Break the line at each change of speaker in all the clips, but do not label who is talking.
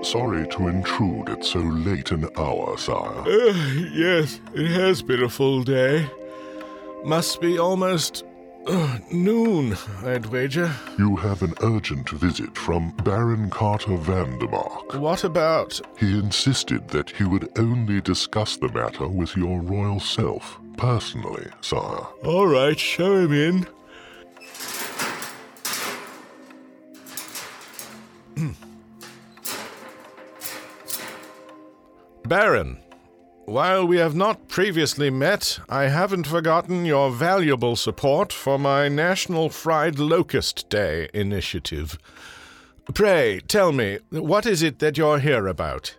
Sorry to intrude at so late an hour, sire.
Uh, yes, it has been a full day. Must be almost uh, noon, I'd wager.
You have an urgent visit from Baron Carter Vandermark.
What about.
He insisted that he would only discuss the matter with your royal self, personally, sire.
All right, show him in. Baron, while we have not previously met, I haven't forgotten your valuable support for my National Fried Locust Day initiative. Pray, tell me, what is it that you're here about?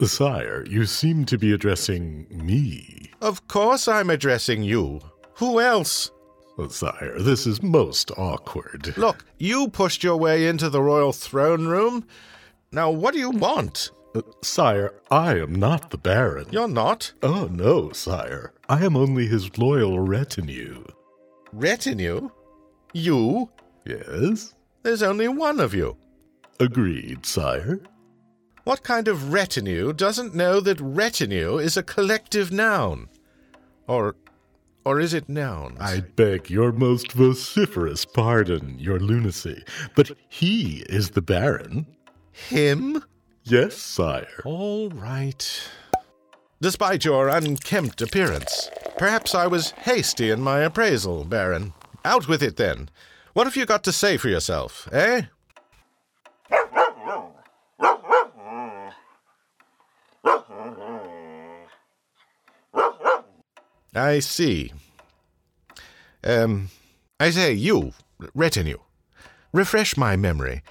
Sire, you seem to be addressing me.
Of course I'm addressing you. Who else?
Oh, Sire, this is most awkward.
Look, you pushed your way into the royal throne room. Now, what do you want?
Uh, Sire, I am not the Baron.
You're not.
Oh, no, sire. I am only his loyal retinue.
Retinue? You?
Yes?
There's only one of you.
Agreed, sire.
What kind of retinue doesn't know that retinue is a collective noun? Or. or is it nouns?
I beg your most vociferous pardon, your lunacy. But he is the Baron.
Him?
Yes, sire.
All right. Despite your unkempt appearance, perhaps I was hasty in my appraisal, Baron. Out with it then. What have you got to say for yourself, eh? I see. Um, I say, you, retinue, refresh my memory.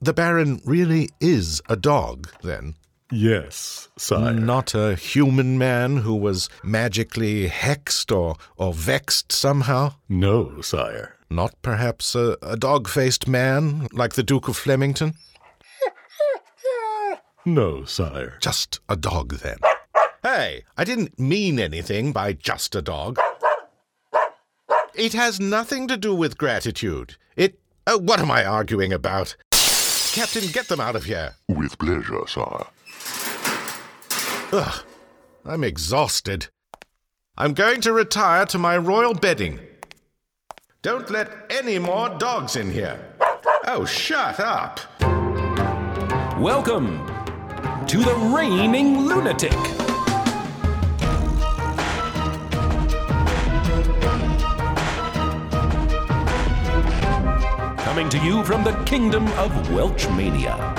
The Baron really is a dog, then?
Yes, sire.
Not a human man who was magically hexed or, or vexed somehow?
No, sire.
Not perhaps a, a dog faced man like the Duke of Flemington?
No, sire.
Just a dog, then. Hey, I didn't mean anything by just a dog. It has nothing to do with gratitude. It. Uh, what am I arguing about? Captain, get them out of here.
With pleasure, sire.
Ugh, I'm exhausted. I'm going to retire to my royal bedding. Don't let any more dogs in here. Oh, shut up.
Welcome to the Reigning Lunatic. Coming to you from the kingdom of Welchmania.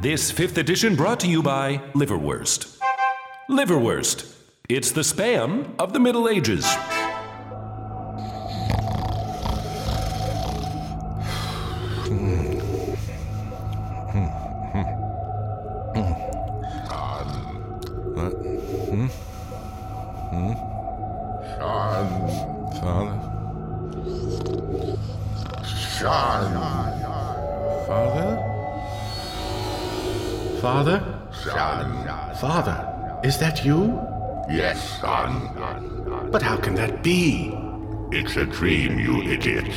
This fifth edition brought to you by Liverwurst. Liverwurst. It's the spam of the Middle Ages.
Uh, Father?
Son,
Father? Father?
son,
Father? Is that you?
yes, son.
But how can that be?
It's a dream, you idiot.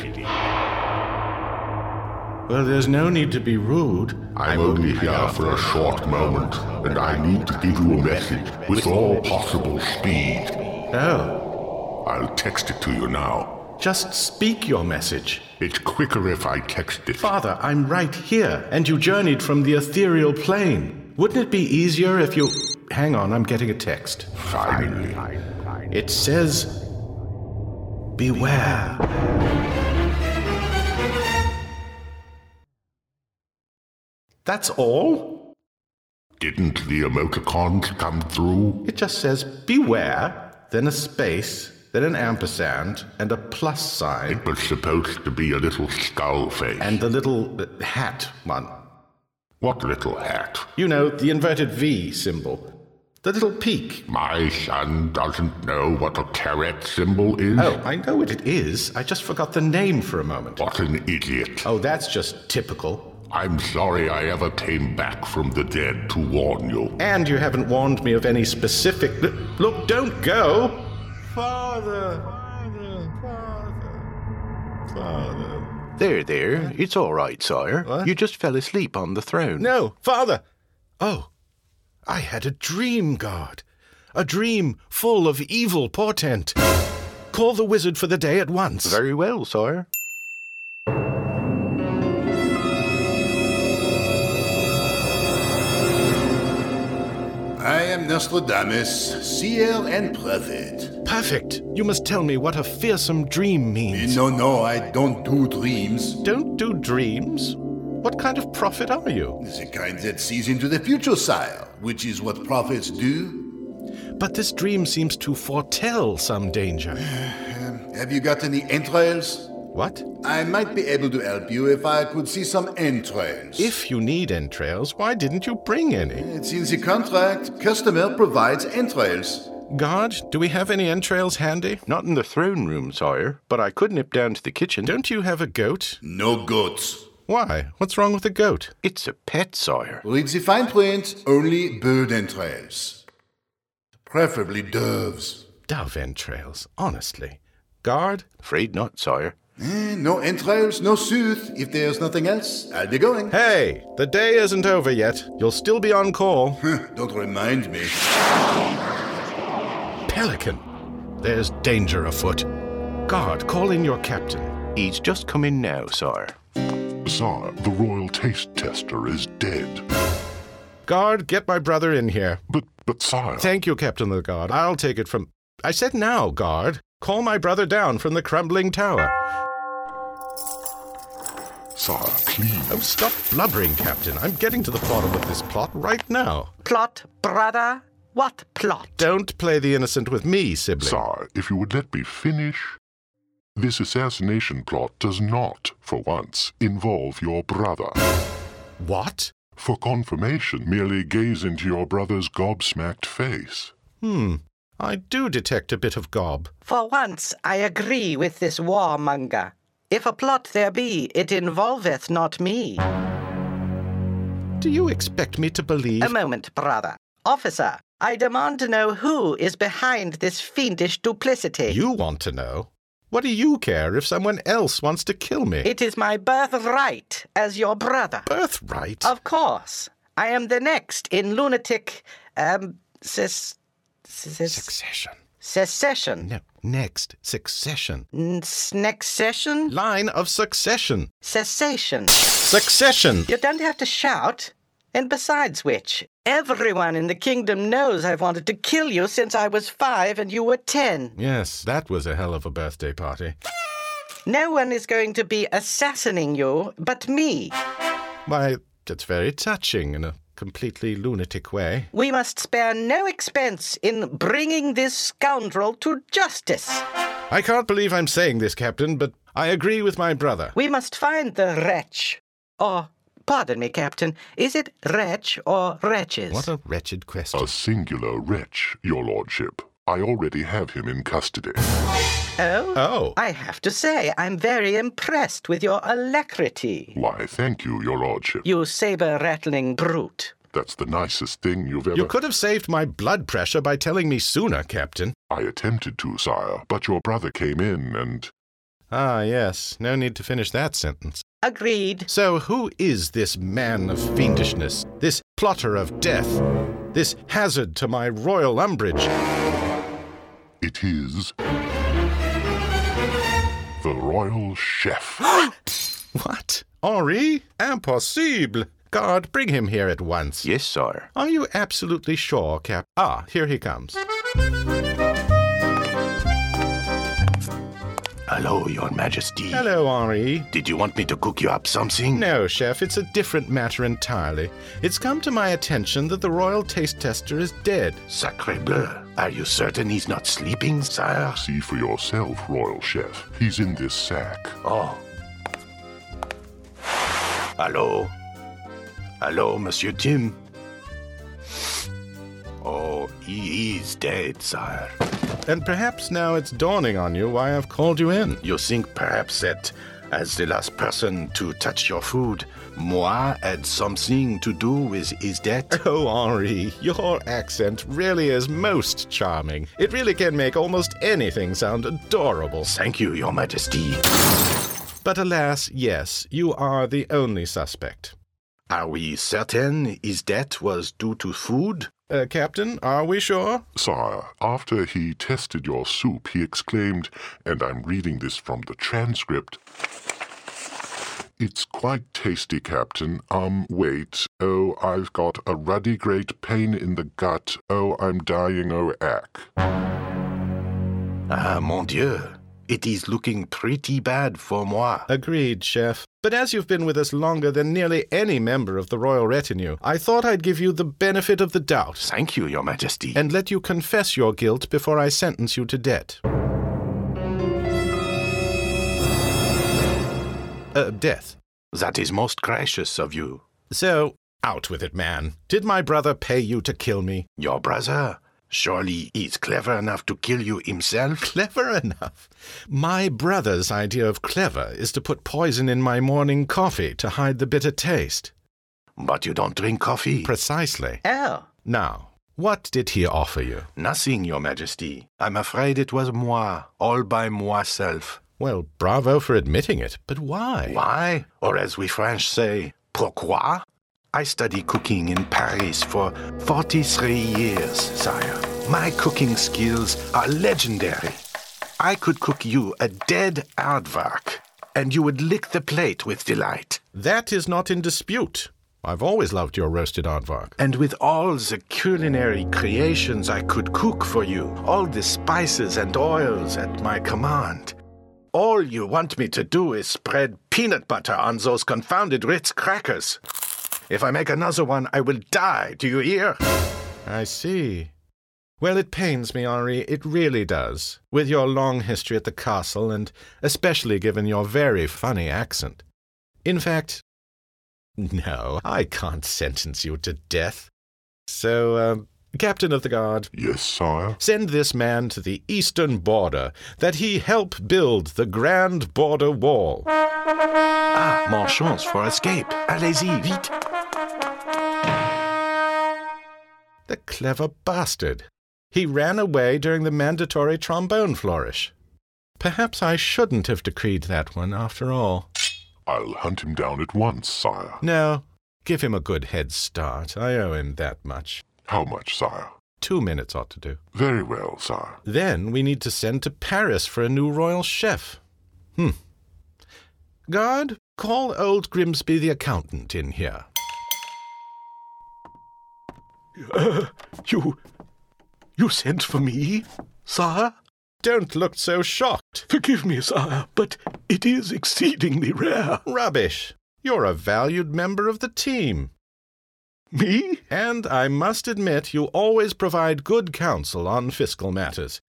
Well, there's no need to be rude.
I'm only here for a short moment, and I need to give you a message with all possible speed.
Oh,
I'll text it to you now.
just speak your message.
It's quicker if I text it.
Father, I'm right here, and you journeyed from the ethereal plane. Wouldn't it be easier if you. Hang on, I'm getting a text.
Finally.
It says. Beware. That's all?
Didn't the emoticons come through?
It just says beware, then a space, then an ampersand, and a plus sign,
It was supposed to be a little skull face.
and the little uh, hat one.
what little hat?
You know, the inverted V symbol. The little peak
My son doesn't know what a caret symbol is?
Oh, I know what it is. I just forgot the name for a moment.
What an idiot.
Oh, that's just typical.
I'm sorry I ever came back from the dead to warn you.
And you haven't warned me of any specific. Look, don't go!
Father, father, father, father.
There, there. It's all right, sire. You just fell asleep on the throne.
No, father! Oh, I had a dream, God. A dream full of evil portent. Call the wizard for the day at once.
Very well, sire.
I am Nostradamus, CL and Prophet.
Perfect. You must tell me what a fearsome dream means.
No, no, I don't do dreams.
Don't do dreams. What kind of prophet are you?
The kind that sees into the future, sire, which is what prophets do.
But this dream seems to foretell some danger.
Have you got any entrails?
What?
I might be able to help you if I could see some entrails.
If you need entrails, why didn't you bring any?
It's in the contract, customer provides entrails.
Guard, do we have any entrails handy?
Not in the throne room, sire, but I could nip down to the kitchen.
Don't you have a goat?
No goats.
Why? What's wrong with a goat?
It's a pet, sire.
Read the fine print, only bird entrails. Preferably doves.
Dove entrails, honestly. Guard?
Afraid not, sire.
Eh, no entrails, no sooth. If there's nothing else, I'll be going.
Hey, the day isn't over yet. You'll still be on call.
Don't remind me.
Pelican! There's danger afoot. Guard, call in your captain.
He's just come in now, sire.
Sire, the royal taste tester is dead.
Guard, get my brother in here.
But, but, sire.
Thank you, Captain of the Guard. I'll take it from. I said now, guard. Call my brother down from the crumbling tower.
Sire, please.
Oh, stop blubbering, Captain. I'm getting to the bottom of this plot right now.
Plot, brother? What plot?
Don't play the innocent with me, sibling.
Sire, if you would let me finish. This assassination plot does not, for once, involve your brother.
What?
For confirmation, merely gaze into your brother's gobsmacked face.
Hmm. I do detect a bit of gob.
For once, I agree with this warmonger. If a plot there be, it involveth not me.
Do you expect me to believe?
A moment, brother. Officer, I demand to know who is behind this fiendish duplicity.
you want to know? What do you care if someone else wants to kill me?
It is my birthright as your brother.
Birthright?
Of course. I am the next in lunatic. um. Ses, ses,
Succession.
secession.
No, next. Succession.
N- Next session?
Line of succession.
Cessation.
Succession!
You don't have to shout. And besides which, everyone in the kingdom knows I've wanted to kill you since I was five and you were ten.
Yes, that was a hell of a birthday party.
No one is going to be assassinating you but me.
Why, that's very touching in a completely lunatic way.
We must spare no expense in bringing this scoundrel to justice.
I can't believe I'm saying this, Captain, but I agree with my brother.
We must find the wretch. Or, pardon me, Captain, is it wretch or wretches?
What a wretched question.
A singular wretch, your lordship. I already have him in custody.
Oh?
Oh.
I have to say, I'm very impressed with your alacrity.
Why, thank you, your lordship.
You saber rattling brute.
That's the nicest thing you've ever.
You could have saved my blood pressure by telling me sooner, Captain.
I attempted to, sire, but your brother came in and.
Ah, yes. No need to finish that sentence.
Agreed.
So, who is this man of fiendishness, this plotter of death, this hazard to my royal umbrage?
It is. The royal chef.
What? Henri? Impossible! Guard, bring him here at once.
Yes, sire.
Are you absolutely sure, Cap? Ah, here he comes.
Hello, your majesty.
Hello, Henri.
Did you want me to cook you up something?
No, Chef, it's a different matter entirely. It's come to my attention that the royal taste tester is dead.
Sacre bleu. Are you certain he's not sleeping, sire?
See for yourself, royal chef. He's in this sack.
Oh. Hello? Hello, Monsieur Tim? Oh, he is dead, sire.
And perhaps now it's dawning on you why I've called you in.
You think perhaps that
As the last person to touch your food, moi had something to do with his death.
Oh, Henri, your accent really is most charming. It really can make almost anything sound adorable.
Thank you, Your Majesty.
But alas, yes, you are the only suspect.
Are we certain his death was due to food?
Uh, Captain, are we sure?
Sire, after he tested your soup, he exclaimed, and I'm reading this from the transcript. It's quite tasty, Captain. Um, wait. Oh, I've got a ruddy great pain in the gut. Oh, I'm dying. Oh, ack.
Ah, mon Dieu. It is looking pretty bad for moi.
Agreed, Chef. But as you've been with us longer than nearly any member of the royal retinue, I thought I'd give you the benefit of the doubt
Thank you, Your Majesty.
and let you confess your guilt before I sentence you to debt. Uh, death.
that is most gracious of you.
So, out with it, man. Did my brother pay you to kill me?
Your brother? Surely he's clever enough to kill you himself?
Clever enough. My brother's idea of clever is to put poison in my morning coffee to hide the bitter taste.
But you don't drink coffee.
Precisely.
Oh,
Now, what did he offer you?
Nothing, Your Majesty. E, I'm afraid it was moi, all by myself.
Well, bravo for admitting it, but why?
Why? Or as we French say, pourquoi? I studied cooking in Paris for 43 years, sire. My cooking skills are legendary. I could cook you a dead aardvark, and you would lick the plate with delight.
That is not in dispute. I've always loved your roasted aardvark.
And with all the culinary creations I could cook for you, all the spices and oils at my command, all you want me to do is spread peanut butter on those confounded Ritz crackers. If I make another one, I will die. Do you hear?
I see. Well, it pains me, Henri, it really does, with your long history at the castle, and especially given your very funny accent. In fact, no, I can't sentence you to death. So, uh, Captain of the Guard,
Yes, sire.
Send this man to the eastern border, that he help build the Grand Border Wall.
Ah, mon chance for escape. Allez-y, vite.
The clever bastard. He ran away during the mandatory trombone flourish. Perhaps I shouldn't have decreed that one after all.
I'll hunt him down at once, sire.
No, give him a good head start. I owe him that much.
How much, sire?
Two minutes ought to do.
Very well, sire.
Then we need to send to Paris for a new royal chef. Hmm. Guard, call old Grimsby the accountant in here.
You. You sent for me, sire?
Don't look so shocked.
Forgive me, sire, but it is exceedingly rare.
Rubbish. You're a valued member of the team.
Me?
And I must admit, you always provide good counsel on fiscal matters.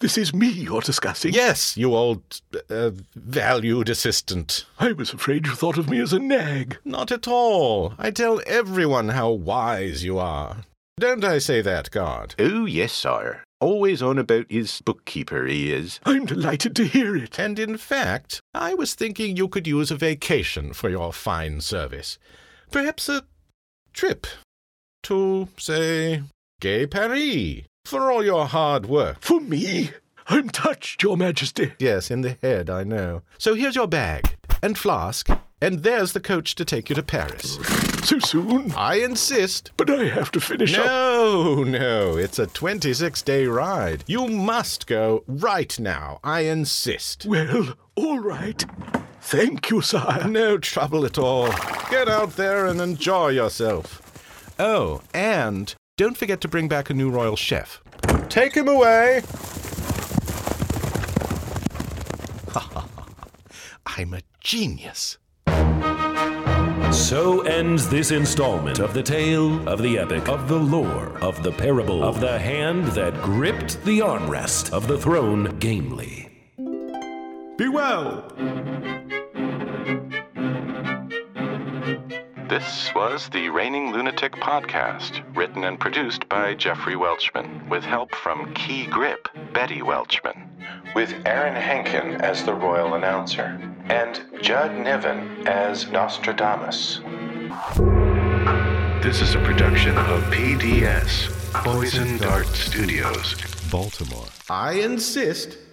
This is me you're discussing.
Yes, you old uh, valued assistant.
I was afraid you thought of me as a nag.
Not at all. I tell everyone how wise you are. Don't I say that, guard?
Oh, yes, sire. Always on about his bookkeeper, he is. I'm delighted to hear it.
And in fact, I was thinking you could use a vacation for your fine service. Perhaps a trip to, say, Gay Paris for all your hard work.
For me? I'm touched, Your Majesty.
Yes, in the head, I know. So here's your bag and flask, and there's the coach to take you to Paris.
So soon?
I insist.
But I have to finish
No, no, it's a 26 day ride. You must go right now. I insist.
Well, all right. Thank you, sire.
No trouble at all. Get out there and enjoy yourself. Oh, and don't forget to bring back a new royal chef. Take him away! I'm a genius.
So ends this installment of the tale of the epic, of the lore, of the parable, of the hand that gripped the armrest of the throne gamely.
Be well!
This was the Reigning Lunatic Podcast, written and produced by Jeffrey Welchman, with help from Key Grip, Betty Welchman. with Aaron Hankin as the royal announcer and Judd Niven as Nostradamus.
This is a production of PDS, Poison Dart Studios.
Baltimore.
I insist